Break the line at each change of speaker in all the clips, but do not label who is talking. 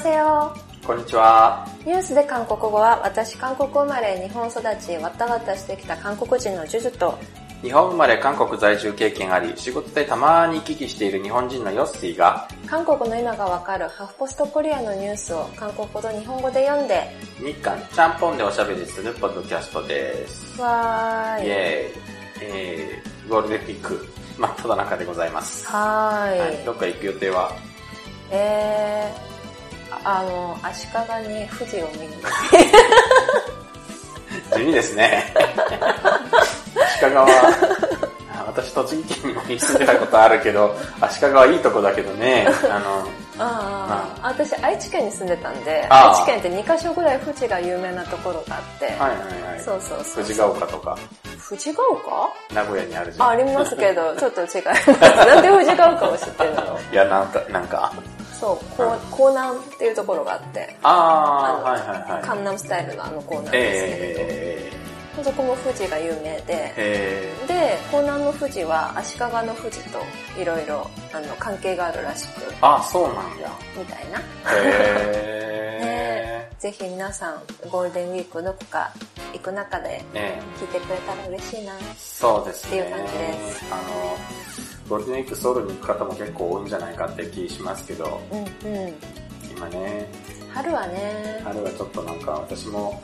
こんにちは。
ニュースで韓国語は私韓国生まれ日本育ちわったわたしてきた韓国人のジュジュと
日本生まれ韓国在住経験あり、仕事でたまに行き来している日本人のヨッシーが、
韓国の今がわかるハフポストコリアのニュースを韓国語と日本語で読んで
日韓ちゃんぽんでおしゃべりするポッドキャストです。
わ
イ
ーい
エーイ。えー、ゴールデンウィーク、真っ只中でございます。
はーい、
はい、どっか行く予定は
えー、ああの足利に富士を見に
地味で すね。足利は、あ私栃木県にも住んでたことあるけど、足利はいいとこだけどね、あの、
あーあ私愛知県に住んでたんで
あー
愛知県って2カ所ぐらい富士が有名なところがあって、
はいはいはい。
そうそうそう
富士ヶ丘とか、
富士ヶ丘
名古屋にあるじゃん。
あありますけど ちょっと違い ますなんで富士ヶ丘を知ってるの
いや、なんか、なんか、
そうこう江南っていうところがあって
あ
の
ー、はいはいはい。
江南スタイルのあの江南です
え
けど、そこも富士が有名で
ー、、え
で江南の富士は足利の富士といろいろあの関係があるらしく
ー、あ、そうなんや。
みたいな
え
ぜひ皆さんゴールデンウィークどこか行く中で
ー、えー、
聞いてくれたら嬉しいな
そうですね。
っていう感じです
あの、ゴールデンウィークソウルに行く方も結構多いんじゃないかって気しますけど、
うんうん
今ね、
春はね
春はちょっとなんか私も、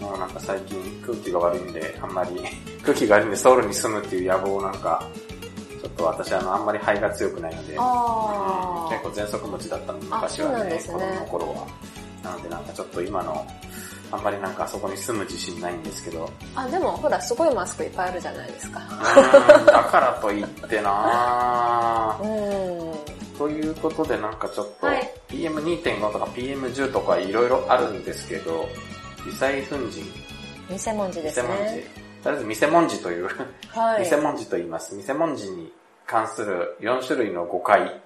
もうなんか最近空気が悪いんで、あんまり、空気が悪いんでソウルに住むっていう野望をなんか、ちょっと私あの、あんまり肺が強くないので、
あ
結構
あ
喘息持ちだったの昔
あ
は
そうなん
ね
です
子
ね
供の頃はなのでなんかちょっと今のあんまりなんかあそこに住む自信ないんですけ どう
あでもほらすごいマスクいっぱいあるじゃないですか
ーんだからといってな
う
ぁ
ん
ということでなんかちょっと
はい
PM2.5 とか PM10 とかいろいろあるんですけど微細粉
偽
塵
文字
偽文字
です
と
ね
りあえず偽文字という、
はい
偽文字と言います偽文字に関する4種類の誤解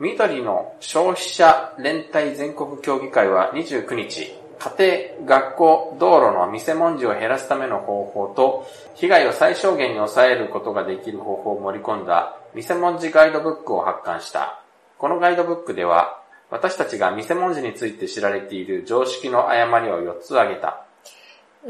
緑の消費者連帯全国協議会は29日、家庭、学校、道路の見せ文字を減らすための方法と、被害を最小限に抑えることができる方法を盛り込んだ、見せ文字ガイドブックを発刊した。このガイドブックでは、私たちが見せ文字について知られている常識の誤りを4つ挙げた。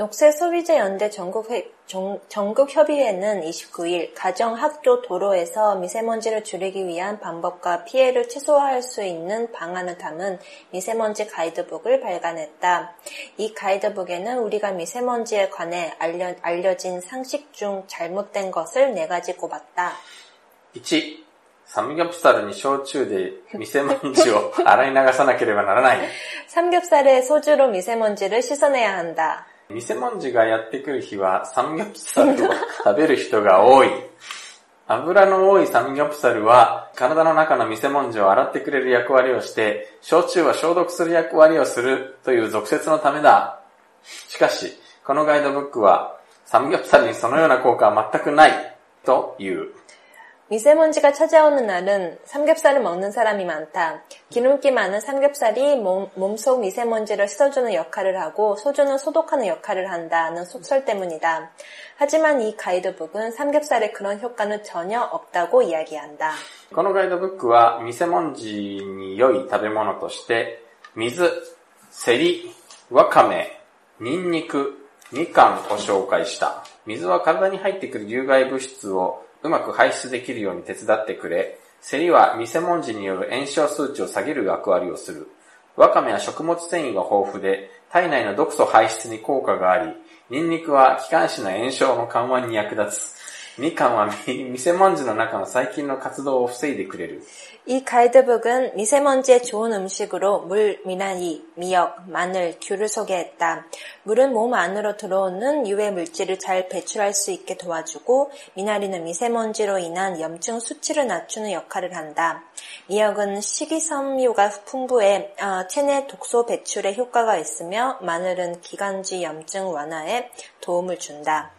녹색소비자연대 전국회, 정, 전국협의회는 29일 가정, 학교, 도로에서 미세먼지를 줄이기 위한 방법과 피해를 최소화할 수 있는 방안을 담은 미세먼지 가이드북을 발간했다. 이 가이드북에는 우리가 미세먼지에 관해 알려, 알려진 상식 중 잘못된 것을 네가지 꼽았다.
1、サムギョプサルに焼酎で見せ文字を洗い流さなければならない。
삼겹살에 소주로 미세먼지를 씻어내야 한다.
偽文字がやってくる日はサムギョプサルを食べる人が多い。油の多いサムギョプサルは体の中の偽文字を洗ってくれる役割をして、焼酎は消毒する役割をするという俗説のためだ。しかし、このガイドブックはサムギョプサルにそのような効果は全くないという。
미세먼지가 찾아오는 날은 삼겹살을 먹는 사람이 많다. 기름기 많은 삼겹살이 몸, 몸속 미세먼지를 씻어주는 역할을 하고 소주는 소독하는 역할을 한다는 속설 때문이다. 하지만 이 가이드북은 삼겹살에 그런 효과는 전혀 없다고 이야기한다.
このガイドブックは、見せ文字に良い食べ物として、水、セリ、わかめ、ニンニク、みかんを紹介した。水は体に入ってくる有害物質をうまく排出できるように手伝ってくれ、セリは見せ文字による炎症数値を下げる役割をする。わかめは食物繊維が豊富で、体内の毒素排出に効果があり、ニンニクは気管支の炎症の緩和に役立つ。みかんはみ店文字の中の細菌の活動を防いでくれる。
이 가이드북은 미세먼지에 좋은 음식으로 물, 미나리, 미역, 마늘, 귤을 소개했다. 물은 몸 안으로 들어오는 유해 물질을 잘 배출할 수 있게 도와주고 미나리는 미세먼지로 인한 염증 수치를 낮추는 역할을 한다. 미역은 식이섬유가 풍부해 어, 체내 독소 배출에 효과가 있으며 마늘은 기관지 염증 완화에 도움을 준다.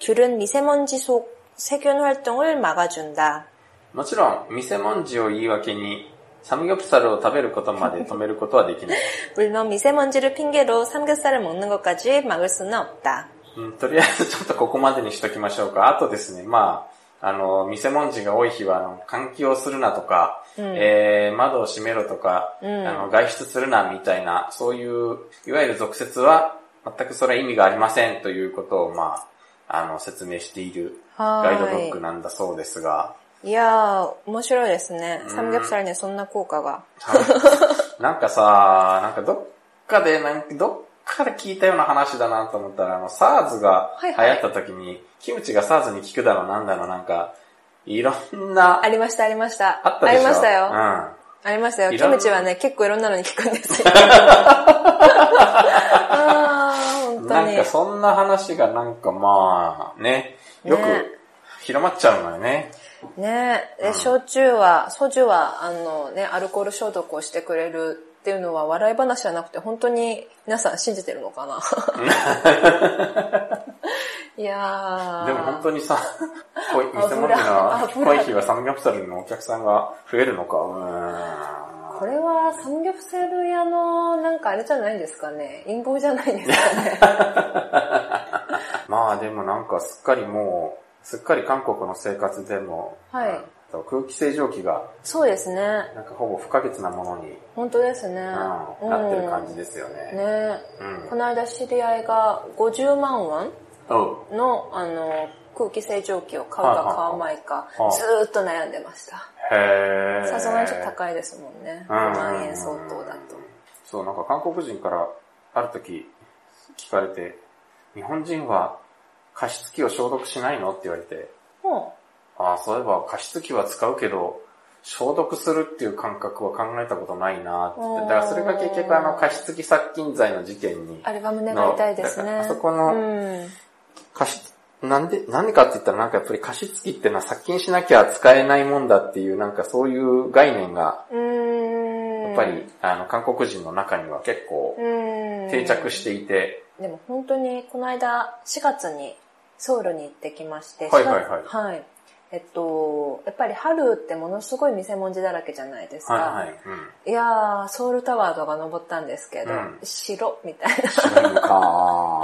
귤은 미세먼지 속 세균 활동을 막아준다.
もちろん、店文字を言い訳に、サムギョプサルを食べることまで止めることは できない。
물론 미세먼지를 핑계로 삼겹살을 먹는 것까지 막을 수는 없다.
うん、とりあえずちょっとここまでにしときましょうか。あとですね、まあ、あの、見せ文字が多い日は、あの、換気をするなとか、えー窓を閉めろとか、
うん
あの、外出するなみたいな、そういう、いわゆる俗説は、全くそれは意味がありませんということを、まあ、あの、説明しているガイドブック
は
なんだそうですが、
い。いやー、面白いですね
う。ん
サムギョプサルにそんな効果が。
なんかさ、なんかどっかで、なんかどっかで聞いたような話だなと思ったら、あの、SARS が
は
流
い
行
はい
った時に、キムチが SARS に効くだろうなんだろう、なんか、いろんな
あ、りました、ありました。
あったでしょ
りましたよ。
うん。
ありましたよ。
い
キ
ろん
ムチはね、結構いろんなのに効くんですよ。あー、本当
なん
に
か。そんな話がなんかまあね、よく
ね
広まっちゃうのよね。
ねえ、で焼酎は、ソジュは、あのね、アルコール消毒をしてくれるっていうのは笑い話じゃなくて、本当に皆さん信じてるのかな いや ー。
でも本当に さ、こい、
あ
店物が
危ない危な
濃
い
い日はサムギョプサルのお客さんが増えるのか。う
これはサムギョプサル屋のなんかあれじゃないですかね。陰謀じゃないですかね。
ーんまあでもなんかすっかりもう、すっかり韓国の生活でも、
はい
うん空気清浄機が
そうですね。
なんかほぼ不可欠なものに、うん
本当ですね。うん
なってる感じですよね。
ね
うん
この間知り合いが50万ウォン
おう
のあの空気清浄機を買うか買わないか
はいはいはい
ずーっと悩んでました。
へー。
さすがにちょっと高いですもんね。5
うん
万円相当だと。
そう、なんか韓国人からある時聞かれて、日本人は加湿器を消毒しないのって言われて、
も
ああ、そういえば加湿器は使うけど、消毒するっていう感覚は考えたことないなって言って、だからそれが結局あの加湿器殺菌剤の事件に
う、アルバム願いたいです
だ
ね。
からあそこの
うん。
加湿、なんで、何かって言ったらなんかやっぱり加湿器ってのは殺菌しなきゃ使えないもんだっていうなんかそういう概念が、
うーん。
やっぱりあの韓国人の中には結構
うん、
定着していて、
でも本当にこの間4月にソウルに行ってきまして、
はいはいはい
4月はいえっと、やっぱり春ってものすごい店文字だらけじゃないですか。
はいはい。うん
いやー、ソウルタワーとか登ったんですけど、
うん
白みたいな。
知らん か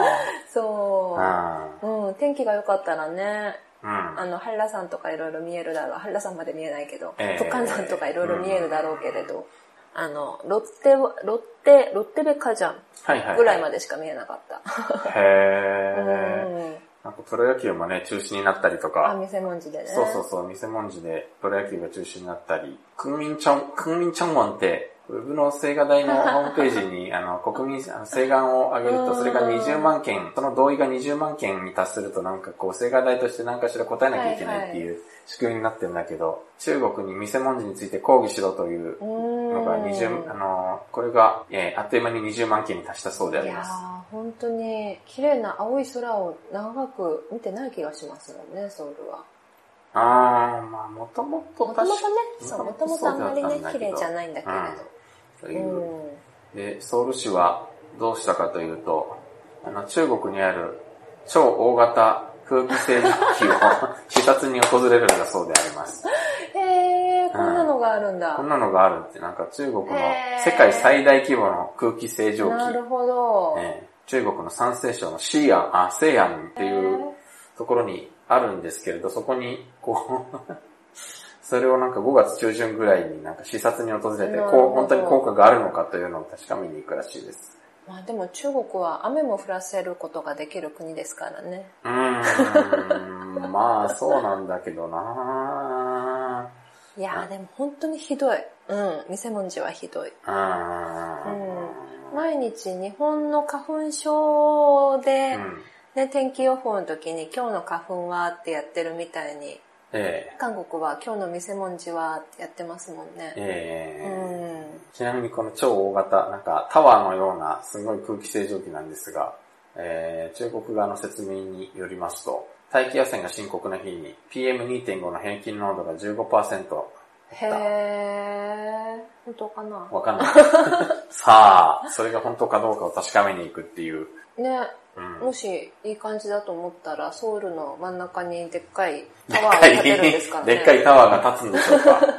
そ
ー。
う。うん、天気が良かったらね、
うん。う
あ
ん。
の、ハラ山とかいろいろ見えるだろう。ハラ山まで見えないけど、
ええ
武漢山とかいろいろ見えるだろうけれど、あの、ロッテ、ロッテ、ロッテベカジャン
はいはい。
ぐらいま
で。
でしか見えなかった。
へー。
うん
なんかプロ野球もね、中止になったりと
あ、
か。
店文字でね。
そうそうそう、店文字でプロ野球が中止になったり。国民チョン、国民チョンワンって、ウェブの青瓦台のホームページ に、あの、国民、あの請願を上げる
う
と、
ん
それが20万件、その同意が20万件に達すると、なんかこう、青瓦台として何かしら答えなきゃいけないっていう仕組みになってるんだけど、中国に店文字について抗議しろという
うーん。
のが20、あのーこれが、えーあっという間に20万件に達したそうであ
い
り
や
ます。
ー、本当に、綺麗な青い空を長く見てない気がしますもんね、ソウルは。
あー、まあ、もともと
もともとね、そう、も
も
と
と
も
も
と
と
あんまり
そ
ね
うだっ、た
綺
んだけど
麗じゃないんだけ
と
れ
い
ど。う
う。
ん。
で、ソウル市はどうしたかというと、あの、中国にある超大型空気清浄機を 視察に訪れるんだそうであります。
へー、こんなのがあるんだ
こん。なのがあるって、なんか中国の
へー
世界最大規模の空気清浄
なる
機。
ほど。
えー中国の山西省の西安、あ、西安っていうところにあるんですけれど、そこに、こう、 それをなんか5月中旬ぐらいになんか視察に訪れて、
なるほど
こう、本当に効果があるのかというのを確かめに行くらしいです。
まあでも中国は雨も降らせることができる国ですからね。
うーん、まあそうなんだけどない
やー、でも本当にひどい。うん、店文字はひどい。
うーん。
毎日日本の花粉症で、
うん
ね、天気予報の時に今日の花粉はってやってるみたいに、
え
韓国は今日の店文字はってやってますもん
え、
ね。
え
う
え。
ん。
ちなみにこの超大型、なんかタワーのようなすごい空気清浄機なんですが、えー、中国側の説明によりますと、大気汚染が深刻な日に PM2.5 の平均濃度が15%。
へー。本当かな
わか んない。さあ、それが本当かどうかを確かめに行くっていう。
ね、
うん
もしいい感じだと思ったらソウルの真ん中にでっかいタワーを建てるんですからね。
でっかいタワーが立つんでしょうか。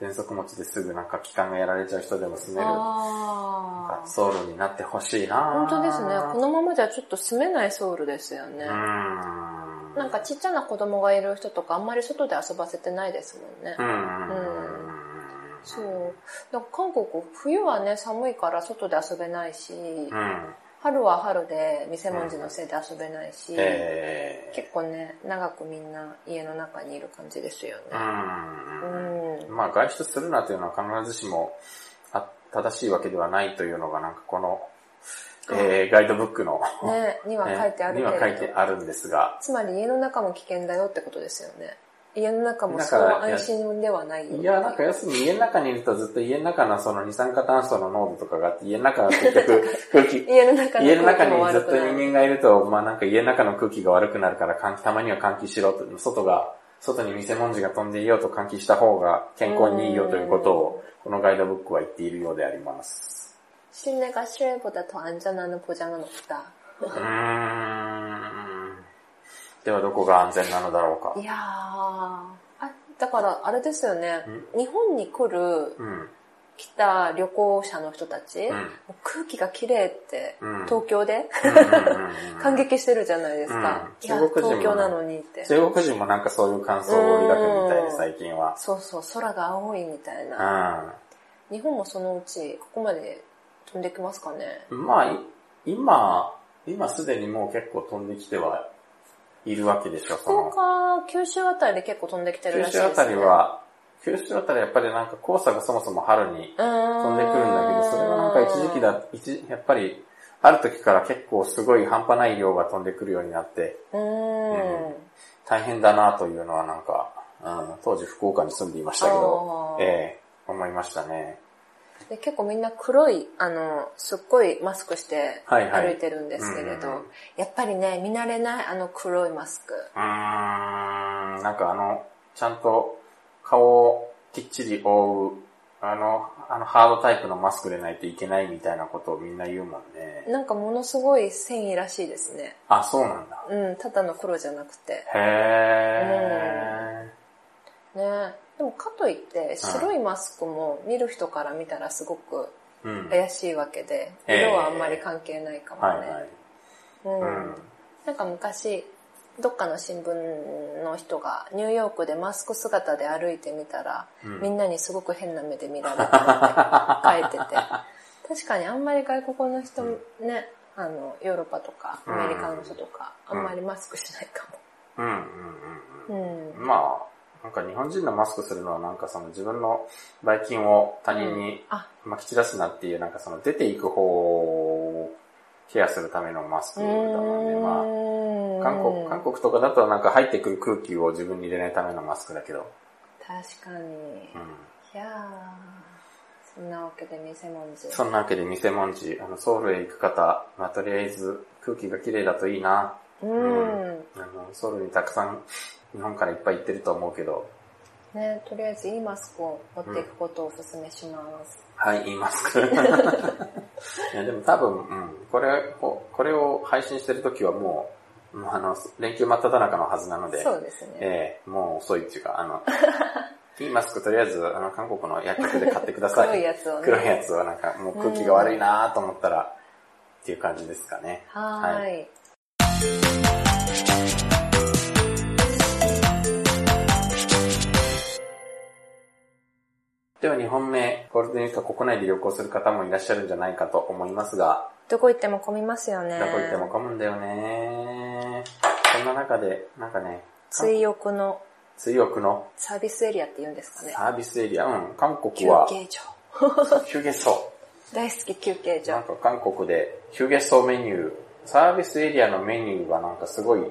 喘息持ちですぐなんか気管がやられちゃう人でも住める
あー。
ソウルになってほしいな
本当ですね。このままじゃちょっと住めないソウルですよね。
うーん
なんかちっちゃな子供がいる人とかあんまり外で遊ばせてないですもんね。
うん。
そう。なんか韓国、冬はね、寒いから外で遊べないし、
うん。
春は春で店文字のせいで遊べないし、
え
結構ね、長くみんな家の中にいる感じですよね。
ー。
う
うん。
ん。
まあ外出するなというのは必ずしもあ正しいわけではないというのがなんかこの、えーガイドブックの、
ね、には書いてあるけ
に
れ
は
ど、
書いてあるんですが、
つまり家の中も危険だよってことですよね。家の中も
だ
そ
か
う
ら
安心ではないよ
いや、なんか要するに家の中にいるとずっと家の中のその二酸化炭素の濃度とかがあって、家の中が結 局空気、
家の中
家の中
も
にず
悪
っ
く
と
な
人
い
間がいると、まあなんか家の中の空気が悪くなるから換気、たまには換気しろと、外が、外に見せ文字が飛んでいようと換気した方が健康にいいよということを、このガイドブックは言っているようであります。
실내가 실외보다 더 안전하는 보장은 없다.
うーん。ではどこが安全なのだろうか
い。やー、あ、だからあれですよね、日本に来る、
うん。
来た旅行者の人たち、
うん
もう空気が綺麗って、
うん
東京で、 感激してるじゃないですか。
うん
いや、
中国人もね
東京なのにって。
中国人もなんかそういう感想を抱くみたい
う
で、
ん
最近は。
そうそう、空が青いみたいな。
うん。
日本もそのうち、ここまで飛んできますかね。
まあ、い今、今すでにもう結構飛んできてはいるわけでしょ、
福
その。
岡、九州あたりで結構飛んできてる
九
らしいです、
州
ね。
あたり、は、九州あたりはやっぱりなんか黄砂がそもそも春に飛
飛
んでくるんだけど、それはなんか一時期だ、一、やっぱり、ある時から結構すごい半端ない量が飛んでくるようになって、
うーん。
大変だなというのはなんか、うん、当時福岡に住んでいましたけど
あ、ー
ええ思いましたね。
で結構みんな黒い、あの、すっごいマスクして
はいはい
歩いてるんですけれど、
うんうん
やっぱりね、見慣れないあの黒いマスク。
うーん、なんかあの、ちゃんと顔をきっちり覆う、あの、あのハードタイプのマスクでないといけないみたいなことをみんな言うもんね。
なんかものすごい繊維らしいですね。
あ、そうなんだ。
うん、ただの黒じゃなくて。
へ
ね。でもかといって、白いマスクも見る人から見たらすごく
ー。うん。はい
怪しいわけで、
ええ
色はあんまり関係ないかもね。
はい。う
うん
ん。。
なんか昔、どっかの新聞の人がニューヨークでマスク姿で歩いてみたら、
うん
みんなにすごく変な目で見られたって書い てて、確かにあんまり外国の人ね、あの、ヨーロッパとかアメリカの人とか、
うん
あんまりマスクしないか
うんうん
も。うん。
うんうん。まあ、なんか日本人のマスクするのはなんかその自分のばい菌を他人に
あ、
まき散らすなっていう、なんかその出ていく方をケアするためのマスク
う
だもんね。まあ、
ーん。
韓国、韓国とかだとなんか入ってくる空気を自分に入れないためのマスクだけど。
確かに。
うん。
いやー、そんなわけで偽物図。
そんなわけで偽文字、あの、ソウルへ行く方、まあ、とりあえず空気が綺麗だといいな。
うん。
あの、ソウルにたくさん日本からいっぱい行ってると思うけど、
ね、とりあえずいいマスクを持っていくことをお勧めします。
はい、言い ますか。いやでも多分、うん、これを、これを配信してる時はもう、もうあの、連休真っ只中のはずなので、
そうですね。
ええもう遅いっていうか、あの、 いいマスクとりあえず、あの、韓国の薬局で買ってください。
黒いやつをね。
黒いやつはなんかもう空気が悪いなと思ったら、っていう感じですかね。
はーい。
では2本目、ゴールデンウィークは国内で旅行する方もいらっしゃるんじゃないかと思いますが、
どこ行っても混みますよね。
どこ行っても混むんだよね。そんな中で、なんかね、
水浴の
水浴の
サービスエリアって言うんですかね。
サービスエリア、うん、韓国
休
は
憩所。
休憩層。
大好き休憩所
なん。か韓国で休憩層メニュー、サービスエリアのメニューがなんかすごい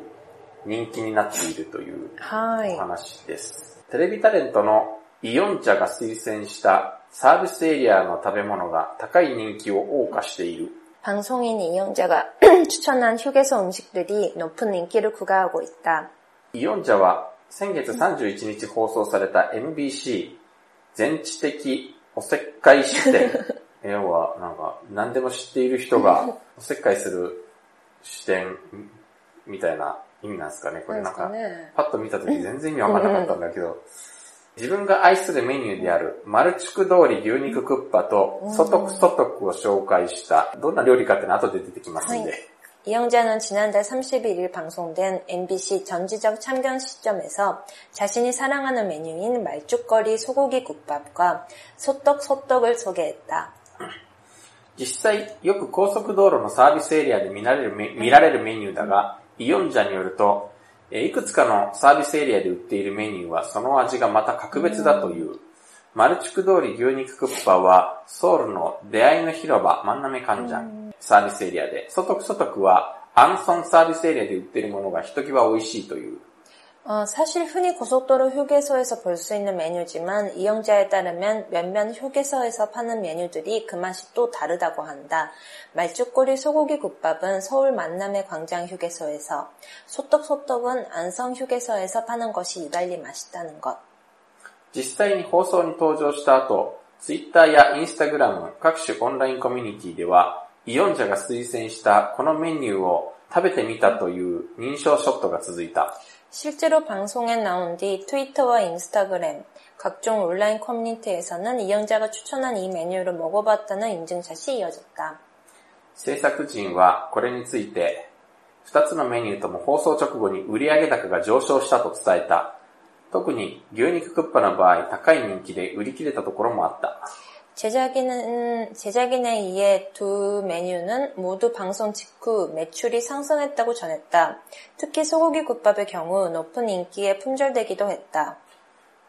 人気になっているというお
は
話です。テレビタレントのイオン茶が推薦したサービスエリアの食べ物が高い人気を謳歌している。
이. 방송인 이용자가 추천한 휴게소 음식들이 높은 인기를 구가하고 있다.
イオン茶は先月31日放送された MBC 全知的おせっかい視 点。要は、なんか、何でも知っている人 がおせっかいする視点みたいな意味なんですかね。これなんか、
なんですかね
パッと見た時全然意味わからなかったんだけど、自分が愛するメニューである、マルチク通り牛肉クッパと、ソトクソトクを紹介した、どんな料理かってのは後で出てきますんで、
이영자는 지난달 31일 방송된 MBC 전지적 참견 시점에서 자신이 사랑하는 메뉴인 말죽거리 소고기 국밥과 소떡 소떡을 소개했다.
実際、よく高速道路のサービスエリアで見られるメ見られるメニューだが、イオンジャによると、えーいくつかのサービスエリアで売っているメニューはその味がまた格別だという。マルチク通り牛肉クッパは、ソウルの出会いの広場真ん中患者サービスエリアで、ソトクソトクはアンソンサービスエリアで売っているものがひときわ美味しいという。
어, 사실 흔히 고속도로 휴게소에서 볼 수 있는 메뉴지만 이영자에 따르면 몇몇 휴게소에서 파는 메뉴들이 그 맛이 또 다르다고 한다. 말죽꼬리 소고기 국밥은 서울 만남의 광장 휴게소에서, 소떡소떡은 안성 휴게소에서 파는 것이 이달리 맛있다는 것.
実際に放送に登場した後、Twitter や Instagram 各種オンラインコミュニティでは、イオン社が推薦したこのメニューを食べてみたという認証ショットが続いた。
실제로 방송에 나온 뒤 트위터와 인스타그램, 각종 온라인 커뮤니티에서는 이영자가 추천한 이 메뉴를 먹어봤다는 인증샷이 이어졌다.
制作陣はこれについて、2つのメニューとも放送直後に売上高が上昇したと伝えた。特に牛肉クッパの場合、高い人気で売り切れたところもあった。
제작인은, 제작인에 의해 두 메뉴는 모두 방송 직후 매출이 상승했다고 전했다. 특히 소고기 국밥의 경우 높은 인기에 품절되기도 했다.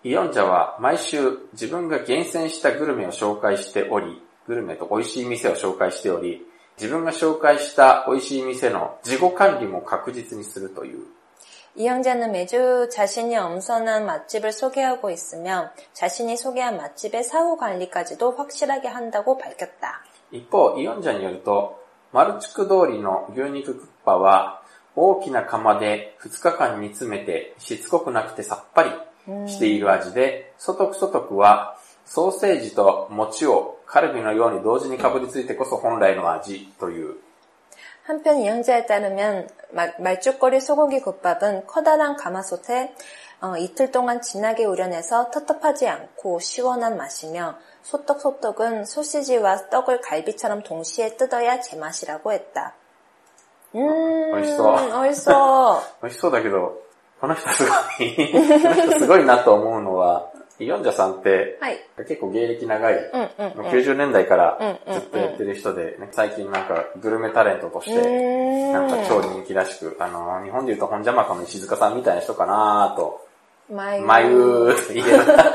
イオン社は毎週自分が厳選したグルメを紹介しており、グルメと美味しい店を紹介しており、自分が紹介した美味しい店の自己管理も確実にするという。
이영자는 매주 자신이 엄선한 맛집을 소개하고 있으며 자신이 소개한 맛집의 사후 관리까지도 확실하게 한다고 밝혔다.
一方、イオン社によると、マルチク通りの牛肉クッパは、大きな釜で2日間煮詰めて、しつこくなくてさっぱりしている味で、ソトクソトクは、ソーセージと餅をカルビのように同時にかぶりついてこそ本来の味という。
한편 이영자에 따르면 말, 말죽거리 소고기 국밥은 커다란 가마솥에 어, 이틀 동안 진하게 우려내서 텁텁하지 않고 시원한 맛이며 소떡소떡은 소시지와 떡을 갈비처럼 동시에 뜯어야 제맛이라고 했다. 음,
아, 맛있어.
맛있어.
美味しそうだけど、この人すごい、この人すごいなと思うのは、イオンジャさんって、
하이.
結構芸歴長い、
응, 응,
もう
응.
90年代から
うんうんうん
ずっとやってる人で、ね最近なんかグルメタレントとして、
음.
なんか超人気らしく、あのー、日本で言うと本邪魔かの石塚さんみたいな人かなと、
마유.
まゆーと言えた。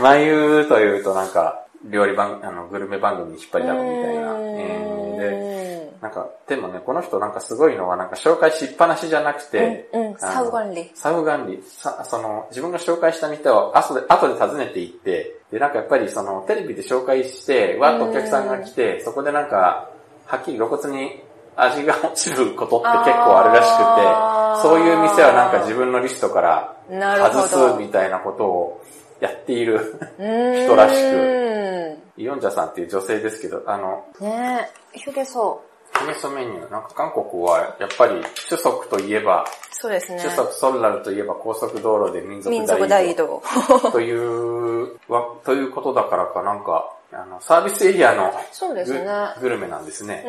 まゆーと言うとなんか、料理番、あの、グルメ番組に引っ張りだこみたいな。えーで
음.
なんか、でもね、この人なんかすごいのは、なんか紹介しっぱなしじゃなくて、
うんうん
あの
サウ管理
サウ管理。さその、自分が紹介した店を後で、後で訪ねて行って、で、なんかやっぱりその、テレビで紹介して、わっとお客さんが来て、そこでなんか、はっきり露骨に味が落ちることって結構あるら
あ
し
ー
くて、そういう店はなんか自分のリストから
なるほど
外すみたいなことをやっている
음.
人らしく、イオンジャさんっていう女性ですけど、あの、
네, 휴게소.
お店メニュー、なんか韓国はやっぱり主足といえば、
소리였네.
主足ソルラルといえば高速道路で民族大移
민족
動
다이도.
という、わということだからかなんか、あの、サービスエリアの
そうですね
ググルメなんですね。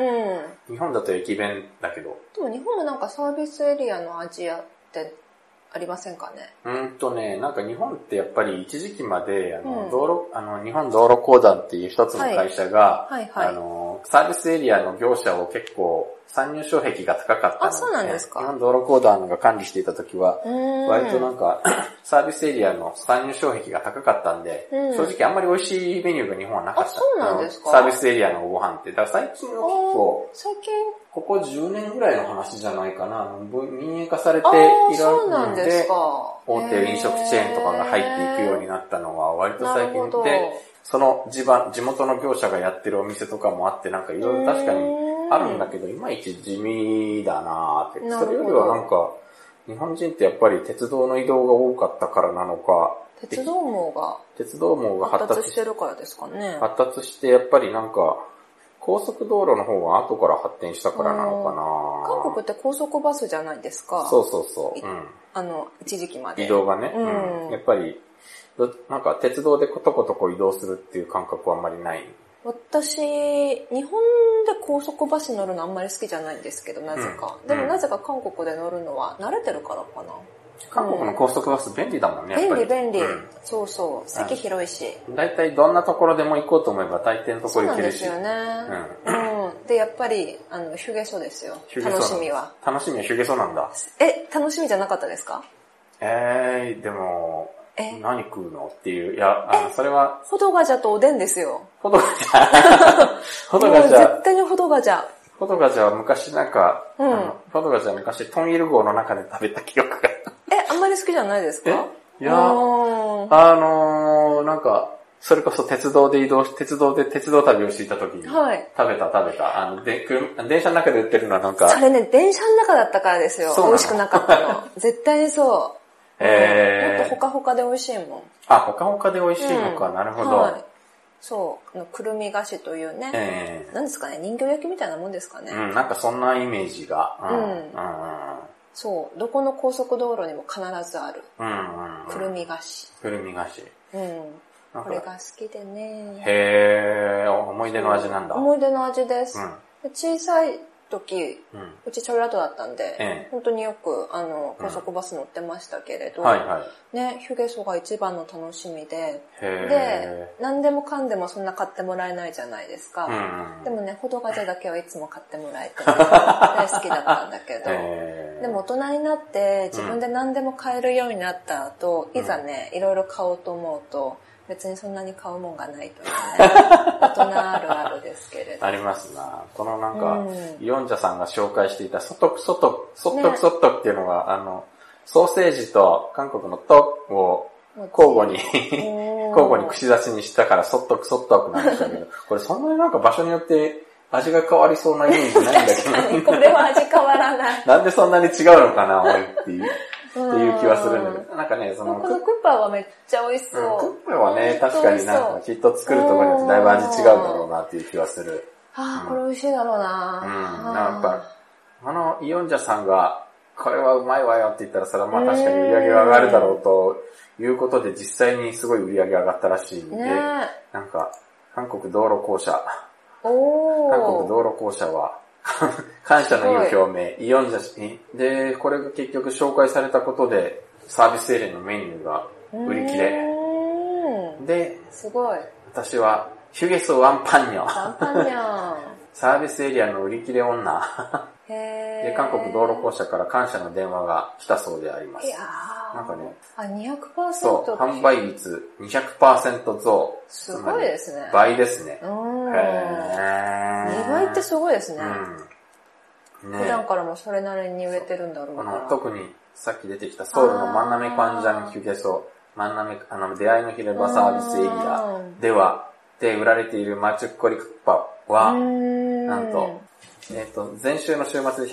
음.
日本だと駅弁だけど、
でも日本もなんかサービスエリアのアジアってありませんかね
うーんとね、なんか日本ってやっぱり一時期まで、あの、
うん
道路、あの、日本道路公団っていう一つの会社が、
はいはいはい
あの、サービスエリアの業者を結構参入障壁が高かったの
あそうなんですか
日本道路公団が管理していた時は、
うん
割となんか、 サービスエリアの参入障壁が高かったんで、
うん
正直あんまり美味しいメニューが日本はなかった。
あそうなんですか
あのサービスエリアのご飯って。だから最近は結構、
最近、
ここ10年ぐらいの話じゃないかな。あの民営化されて
ああ、
いろ
そうなんですか。
大手飲食チェーンとかが入っていくように
な
なったのは割と最
なるほ
近
ど
で、その地盤、地元の業者がやってるお店とかもあって、なんかいろいろ確かにあるんだけど、いまいち地味だなーって。
なるほど
それよりはなんか、日本人ってやっぱり鉄道の移動が多かったからなのか、
鉄道網が
鉄道網が
発
発
達
達
し
してて、
るからですかね。
発達してやっぱりなんか、高速道路の方が後から発展したからなのかな
韓国って高速バスじゃないですか。
そうそうそう。うん。
あの、一時期まで。
移動がね、
うん
うんやっぱり、どなんか鉄道でコトコトこう移動するっていう感覚はあんまりない。
私、日本で高速バス乗るのあんまり好きじゃないんですけど、なぜか。
うん
でも
うん
なぜか韓国で乗るのは慣れてるからか
韓国の高速バス便利だもんね、
な。
やっ
便
ぱ
利
り。
便利
うん。
そうそう。席広いし。
大体どんなところでも行こうと思えば大抵のとこ
そう
ろ
な
行
ん
け
で
るし。
すよね。うん。で、やっぱり、あの、ヒュゲソですよ。
ヒュゲソ
楽しみは。。
楽しみはヒュゲソなんだ。
え、楽しみじゃなかったですか
えー、でも
え、
何食うのっていう。いや、あのそれは、
ほどがじゃとおでんですよ。
ほどが じゃ。ほどがじ
もう
ゃ
絶、対にほどがじゃ。
ほどがじゃは昔なんか、
うん
あのほどがじゃは昔トンイル号の中で食べた記憶が。
え、あんまり好きじゃないですか
えいや
うんは
あのー、なんか、それこそ鉄道で移動し、鉄道で鉄道旅をしていた時に、食
い。
べた食べた。あの、で、車電車の中で売ってるのはなんか
そ、れね、電車の中だったからですよ。
そうな
美
の
味しくなかった の。絶対にそう。
えー
もっとほかほかで美味しいもん。
あ、ほかほかで美味しいのか、
うん
なるほど。
はい。そう。あのくるみ菓子というね。
え
なんですかね、人形焼きみたいなもんですかね。
えうん、なんかそんなイメージが。うん。
そう。どこの高速道路にも必ずある。
うん。うん。うん
くる。み菓子。
くるみ菓子。
うん。
なん
これが
か
好きでね。
へえ、思い出の味なんだ。うん。
思い出の味です。で小さい時、
うん。
うちチョイラトだったんで、
ええ
本当によくあの高速バス乗ってましたけれど、
はいはい。
ね、ヒュゲソが一番の楽しみで、で
へ、
何でもかんでもそんな買ってもらえないじゃないです
え。う
か。
ん。
でもね、ほどがじだけはいつも買ってもらえて、 大好きだったんだけど、
へえ
でも、大人になって自分で何でも買えるようになった後、
うん
いざね、いろいろ買おうと思うと、別にそんなに買うもんがないという ね、大人あるあるですけれど。
ありますな。このなんか、
うん
イオンジャさんが紹介していた、ソトクソトク、ソト
ね
クソトクっていうのが、あの、ソーセージと韓国のトクを交互に、
交
交互に串刺しにしたから、そっとくそっとくなんでした けど、これそんなになんか場所によって味が変わりそうなイメージないんだ け
確かに、これは味変わらない。
ど、なんでそんなに違うのかな、おいっていう、
って
っていう気はするんだけど、なんかね、そ
この
の、
ク
クッ
ッパーはめっちゃ美味しそう。
クッパはね、確かになん
美
か
味しそう
きっと作るところによってだいぶ味違うだろうなっていう気はする。
ああ、これ美味しいだろうな。
うん、
あー
なんか、あの、イオンジャさんが、これはうまいわよって言ったら、それはまあ確かに売り上げが上がるだろうということで、実際にすごい売り上げ上がったらしいんで、
ねえ。
なんか、韓国道路公社、
おー。
韓国道路公社は、 感謝の意を表明、イオンジャシに。で、これが結局紹介されたことで、サービスエリアのメニューが売り切れ。
うーん
で、
すごい。
私は、ヒュゲソワンパンニョ。
ワンパンニャン。
サービスエリアの売り切れ女。
へー
で、韓国道路公社から感謝の電話が来たそうでありま
い
す
や。ー
なんかね、
あ、200%
そう、販売率200%増。
すごいですね
つまり倍ですね
う。ん。2
2
倍ってすごいですね。
うん。ね
普段からもそれなりに売れてるんだろう
こ
か
の
ら。
特にさっき出てきたソウルの真ん中パンジャンヒュゲソ、真ん中、あの、出会いの広場サービスエリア
うん
では、で売られているマチュッコリクッパ
うー
は、
ん
なんと、えっ、と、前週の週末で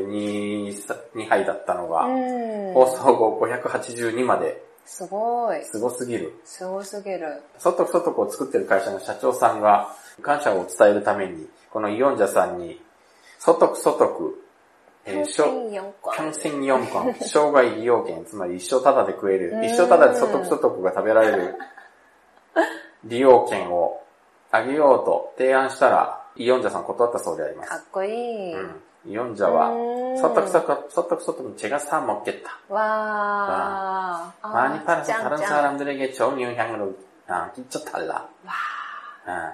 142さ2杯だったの
う
が、
ん。
放送後582まで、
すごい。
すごすぎる。
すごすぎる。
ソトクソトクを作ってる会社の社長さんが、感謝を伝えるために、このイオンジャさんに、ソトクソトク、えーしょ
4個。
感染4巻、生涯利用券、つまり一生タダで食え
う
る、
ん
一生タダで所得所得が食べられる利用券をあげようと提案したら、イオンジャさん断ったそうでありま
か
す。
っこいい。
うん、イオンジャは
うん、
そっとくそっそっとくそっとに제가사먹겠다。
わー。
많이팔아서
짠,
다른
짠.
사람들에게 좋은 영향으로 아, 끼쳐달라.
와.
응.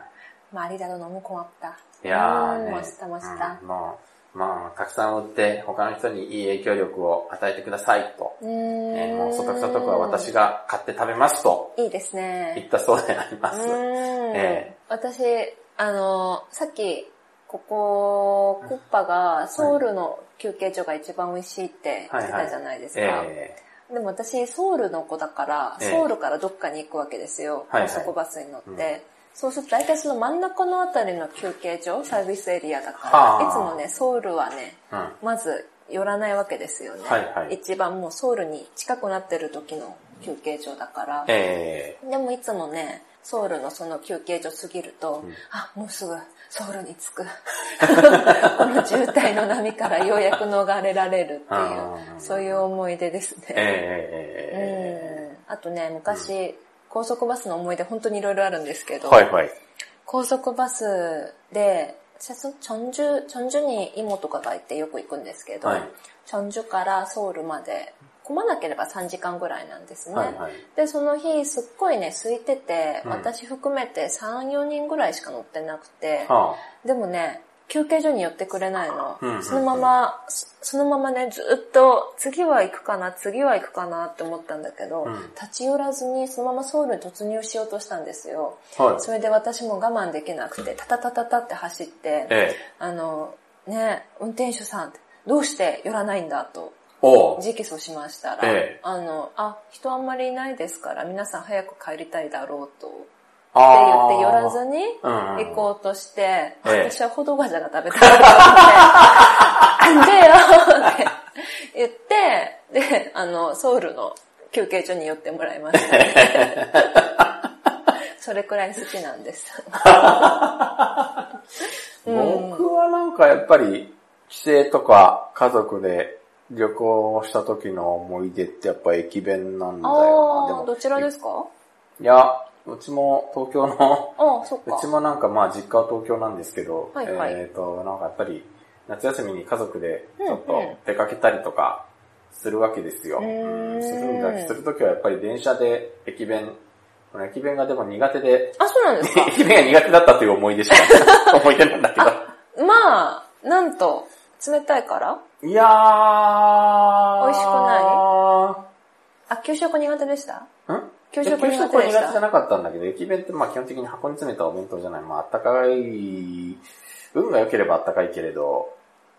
말이라도 너무 고맙다.
いやー、
うん
ね、
멋있다멋있다
うんもう、まあ、たくさん売って他の人にいい影響力を与えてくださいと。
うーん
えーもう、そとくそとくは私が買って食べますと
いいです
言っ
ね。
たそうでありま
う
す。
ーん
え
私、あの、さっき、ここ、クッパがソウルの休憩所が一番美味しいって言ってたじゃないですか。
え
でも私、ソウルの子だから、
ええ
ソウルからどっかに行くわけですよ。
はいはい
高速バスに乗って。
うん
そうすると大体その真ん中のあたりの休憩所、サービスエリアだか
あ
ら、
ー
いつもね、ソウルはね、
ーうん。
まず寄らないわけですよね。
はいはい
一番もうソウルに近くなってる時の休憩所だから。
え
でもいつもね、ソウルのその休憩所過ぎると、
うん
あ、もうすぐソウルに着く。 この渋滞の波からようやく逃れられるって
あ
い
ー
う、そういう思い出です
ー、
ね。
え
うんあとね、昔、高速バスの思い出本当にいろいろあるんですけ
ー、
ど、
はいはい。
高速バスで최소 전주 전주に妹がいてよく行くんですけど、
はい。
전주からソウルまで混まなければ3時間ぐらいなんですね。
はいはい。
で、その日すっごいね、空いてて、
うん
私含めて3、4人ぐらいしか乗ってなくて、
は
でもね、休憩所に寄ってくれないの。
うんうんうん
そのまま、そそのままね、ずっと次は行くかな、次は行くかなって思ったんだけど、
うん
立ち寄らずにそのままソウルに突入しようとしたんですよ。
あ。はい。
それで私も我慢できなくて、タタタタタって走って、
ええ。
あの、ね、運転手さんって、どうして寄らないんだと
おう。
直訴しましたら、
ええ
あの、あ、人あんまりいないですから、皆さん早く帰りたいだろうと、って
あ
言っ
ー
て寄らずに
うんうん。
行こうとして、
ええ
私はほどがじゃが食べたいと思って、あんでよって言って、で、あの、ソウルの休憩所に寄ってもらいました、それくらい好きなん です。うん
僕はなんかやっぱり、帰省とか家族で旅行をした時の思い出ってやっぱ駅弁なんだよな。
ああ、どちらですか
いや、うちも東京の、
ああ、そっ
う
か。
ちもなんかまあ実家は東京なんですけど、
はいはい
えっ、と、なんかやっぱり夏休みに家族で
うん
ちょっと出かけたりとかするわけですよ。
うーん
するんだするときはやっぱり電車で駅弁、この駅弁がでも苦手で、
あ、そうなんですか。
駅弁が苦手だったという思い出しか、思い出なんだけど。
まあ、なんと、冷たいから
いやー。
美味しく
な
あ、給食苦手でした
いん
給
給
食
食
苦
は
手でし
苦手じゃ
た。
なかったんだけど、駅弁ってまあ基本的に箱に詰めたお弁当じゃない。まああったかい、運が良ければあったかいけれど、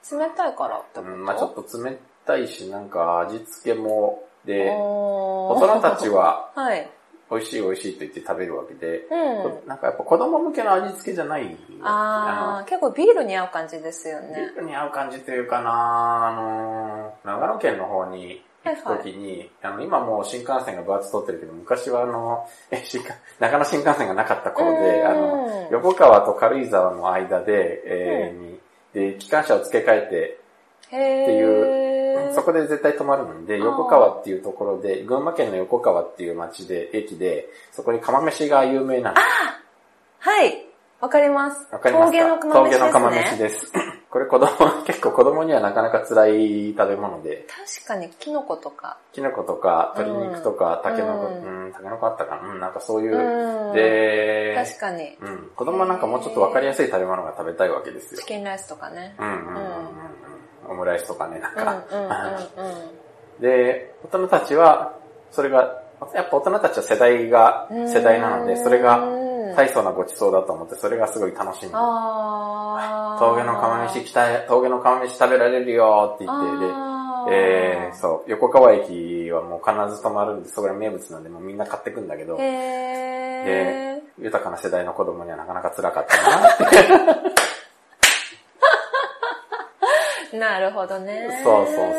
冷たいからって
う
こと、
ん、まあちょっと冷たいし、なんか味付けも、で、
お
大
ー
人たち。は
はい。
美味しい美味しいと言って食べるわけで、
うん。
なんかやっぱ子供向けの味付けじゃない。
あ
の
あ、結構ビールに合う感じですよ
ビ
ね
ー。ルに合う感じというかなあのー長野県の方に行くときに、あの、今もう新幹線が分厚取ってるけど、昔はあの、え、新幹、 長野新幹線がなかった頃で、あの、
の、
横川と軽井沢の間で、えーに、で、機関車を付け替えて、
へ
って
え。
そこで絶対止まるので、
ー
横川っていうところで、群馬県の横川っていう町で、駅で、そこに釜飯が有名なの。
はい。わかります。
わかりますか
峠の釜飯ですね。
峠の釜飯です。 これ子供、 結構子供にはなかなか辛い食べ物で、
確かにキノコとか。
キノコとか鶏肉とか、
うん
タケノコ、
う
うん、タケノコあったかなうん、なんかそういうう。
ん。
で、
確かに。
うん、子供はなんかもうちょっとわかりやすい食べ物が食べたいわけですよ
チ。キンライスとかね。
うんうんうんうんうん。オムライスとかね、なん
うん
か。
うんうんうん。
で、大人たちは、それが、やっぱ大人たちは世代が、世代なので、それが
最
大層なご馳走だと思って、それがすごい楽しみ。
あー
峠の釜飯来た、峠の釜飯食べられるよって言って、で、
あー
えー、そう、横川駅はもう必ず止まるんで、そこが名物なんで、もうみんな買ってくんだけど、
へー
豊かな世代の子供にはなかなか辛かったなって。
なるほどね。
そうそうそう。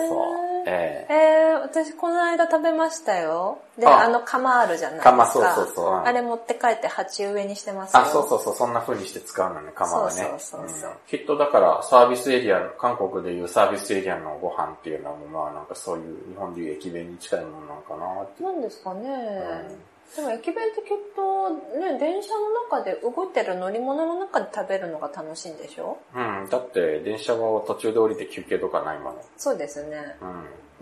え
えー、私この間食べましたよ。で、
あ
あの釜あるじゃないで
ー、
すか。
釜、そうそうそう。うん
あれ持って帰って鉢植えにしてますよ。
あ、そうそうそう、そんな風にして使うのね、釜はね。
そうそうそうそう
うんきっとだから、サービスエリア、韓国でいうサービスエリアのご飯っていうのも、まあなんかそういう日本でいう駅弁に近いものなのかなって。
なんですかね。
うん
でも駅弁ってきっとね、電車の中で動いてる乗り物の中で食べるのが楽しいんでしょ
うん、だって電車は途中で降りて休憩とかないもの。
そうですね。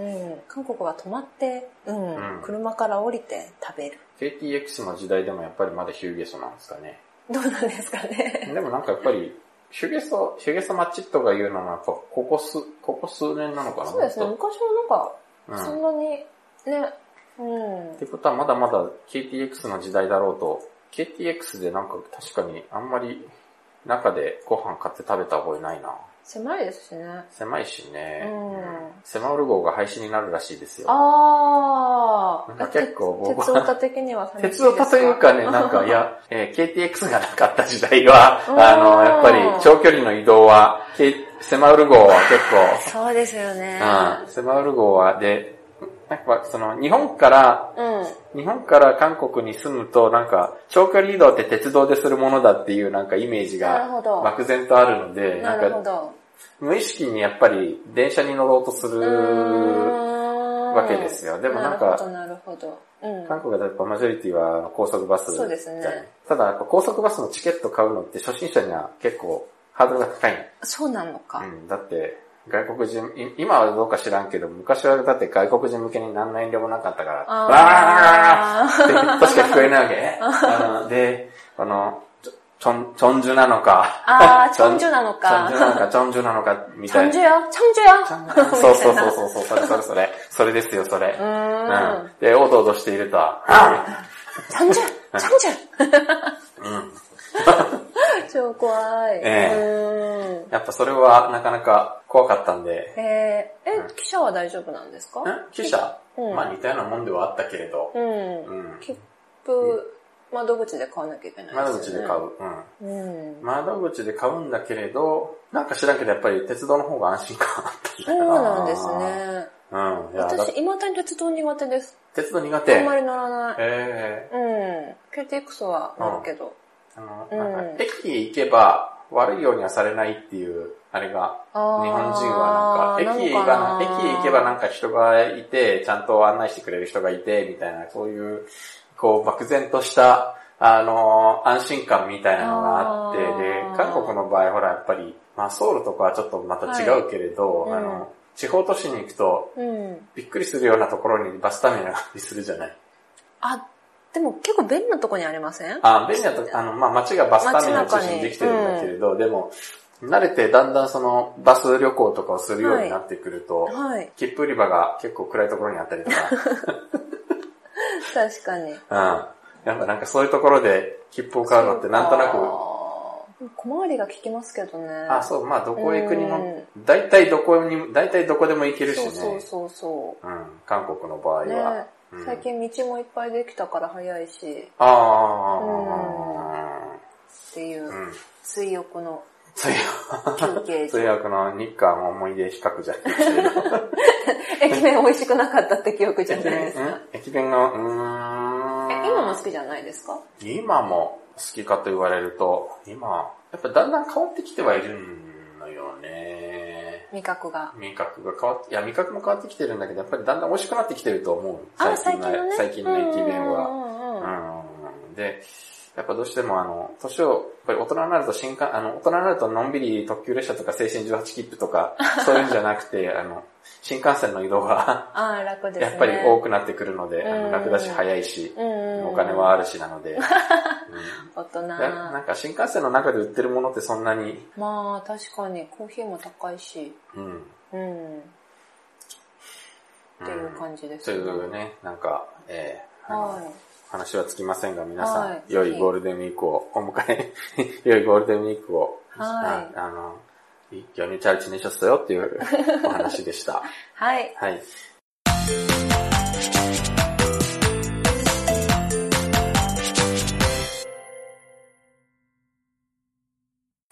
うん。
うん。韓国は泊まって、うん、
うん
車から降りて食べる。
KTX の時代でもやっぱりまだヒューゲソなんですかね。
どうなんですかね。
でもなんかやっぱり、ヒューゲソ、ヒューゲソマッチットが言うのはやっぱここ数、ここ数年なのかな
そうですね。
もっ
昔は
とう
なんか、
ん
そんなに、ね、うん。
ってことはまだまだ KTX の時代だろうと、KTX でなんか確かにあんまり中でご飯買って食べた覚えないな。
狭いですしね。
狭いし
う
ね。
ん
セマウル号が廃止になるらしいですよ。
あ
なん
あ
か結構 僕は
鉄オタ的には寂しいです
鉄オタというかね、なんか、いや、えー KTX がなかった時 代は、あの、やっぱり長距離の移動は、K- セマウル号は結構、
そうですよね。
うん、セマウル号は、で、なんかその、日本から
うん。
日本から韓国に住むと、なんか、長距離移動って鉄道でするものだっていうなんかイメージ
なる
が
ほど。
漠然とあるので、
な
なん
るほ
か
ど。
無意識にやっぱり電車に乗ろうとす
う
る
ーん
わけですよ。でもなん
なる
か
ほ、ど、なるほど。うん。
韓国はやっぱマジョリティはあの高速バス
そうですね
じゃないただ、やっぱ高速バスのチケット買うのって初心者には結構ハードルが高いの。
そうなのか。
うん、だって、外国人、い今はどうか知らんけど、昔はだって外国人向けに何の遠慮もなかったから、わーわー
あ
わーわーって確か聞こえないわけあので、あの、ちょちょん、ちょんじゅなのか、
あー、청주 なの
ちょんじ
か。
ゅなのか、ちょんじゅなのか、みたいな。
청주요? 청주요?
そうそうそうそうそう、それそれそれ。それですよ、それ。
ん
うんで、おどおどしていると、あ
청주! 청주!
うん。
저 고아이.
예.
음.
やっぱそれはなかなか怖かったんで、
에, 에, 기샤와 大丈夫なんですか?
ん記者、
うん
まあ似たようなもんではあったけれど、
음.
うん。
기쁘, 마도구치에 가나게 되나요?
窓口で買う。うん。
음.
窓口で買うんだけれど、なんか知らんけどやっぱり鉄道の方が安心感あったんだよ
そうなんですね.
うん。いや、だ
私、いまだに鉄道苦手です。
鉄道苦
あ
手
んま。り乗らない。
え
うん。KTX は乗るけど。
えあの、
うん
なんか、駅行けば悪いようにはされないっていう、あれが、
日
日本人はなんか、駅が、駅行けばなんか人がいて、ちゃんと案内してくれる人がいて、みたいな、そういう、こう、漠然とした、あのー安心感みたいなのがあって、
あー
で、韓国の場合、ほら、やっぱり、まあ、ソウルとかはちょっとまた違うけれど、
はい
あの、
うん
地方都市に行くと、
うん。
びっくりするようなところにバスターミナルがあったりするじゃない。
あ、でも結構便利なとこにありません
あ、便利だと、あの、まあ、街がバスターミナル中
街中
心
に
にできてるんだけれど、でも、慣れてだんだんその、バス旅行とかをするようになってくると、
はい。
切符売り場が結構暗いところにあったりとか、
確かに。
うん。やっぱなんかそういうところで切符を買うのってなんとなく、
く。小回りが利きますけどね。
あ、そう、まあどこへ行くにも、大体どこに、大体どこでも行けるし
そ
ね。
うそうそうそ
うん、韓国の場合は。
う。ね
うん
最近道もいっぱいできたから早いし、
あ
ってい
あ、う
う、
ん。
水浴 の
通
休憩所。
通訳の日韓思い出比較じゃなくて。
駅弁美味しくなかったって記憶じゃ
駅
ないで
弁、
すか。
うん駅弁の、うーん。
え、今も好きじゃないですか
今も好きかと言われると、今、やっぱだんだん変わってきてはいるのよね。
味覚が。
味覚が変わって、いや、味覚も変わってきてるんだけど、やっぱりだんだん美味しくなってきてると思う。
あ、最近のね。
最近の駅弁
う
は。
んうんうん
うん。で、やっぱどうしてもあの、年を、やっぱり大人になると新幹、あの、大人になるとのんびり特急列車とか青春18切符とか、そういうんじゃなくて、あの、新幹線の移動が、
ああ、楽ですね。
やっぱり多くなってくるので、あ
う
の
ん
楽だし早いし、
うん
お金はあるしなの で。うん
大人。
でなんか新幹線の中で売ってるものってそんなに、
まあ、確かにコーヒーも高いし、
うん。
うん。っていう感じです
というね、なんか、えーあの
は
話はつきませんが、皆さん、
はい
良
ぜ
い
ひ
ゴールデンウィークをお迎え、 良いゴールデンウィークを、
はい
ああの、연휴잘지내셨어요っていうお話 でした。
い。はい。
はい。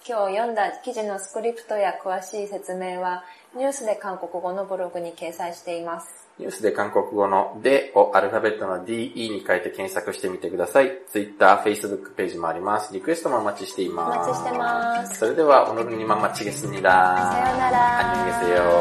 今日読んだ記事のスクリプトや詳しい説明は、ニュースで韓国語のブログに掲載しています。
ニュースで韓国語のでをアルファベットの DE に変えて検索してみてください。Twitter、Facebook ページもあります。リクエストもお待ちしています。
お待ちしてます
それでは、오늘은이만마치겠습니다。
さようなら
안녕히계세요。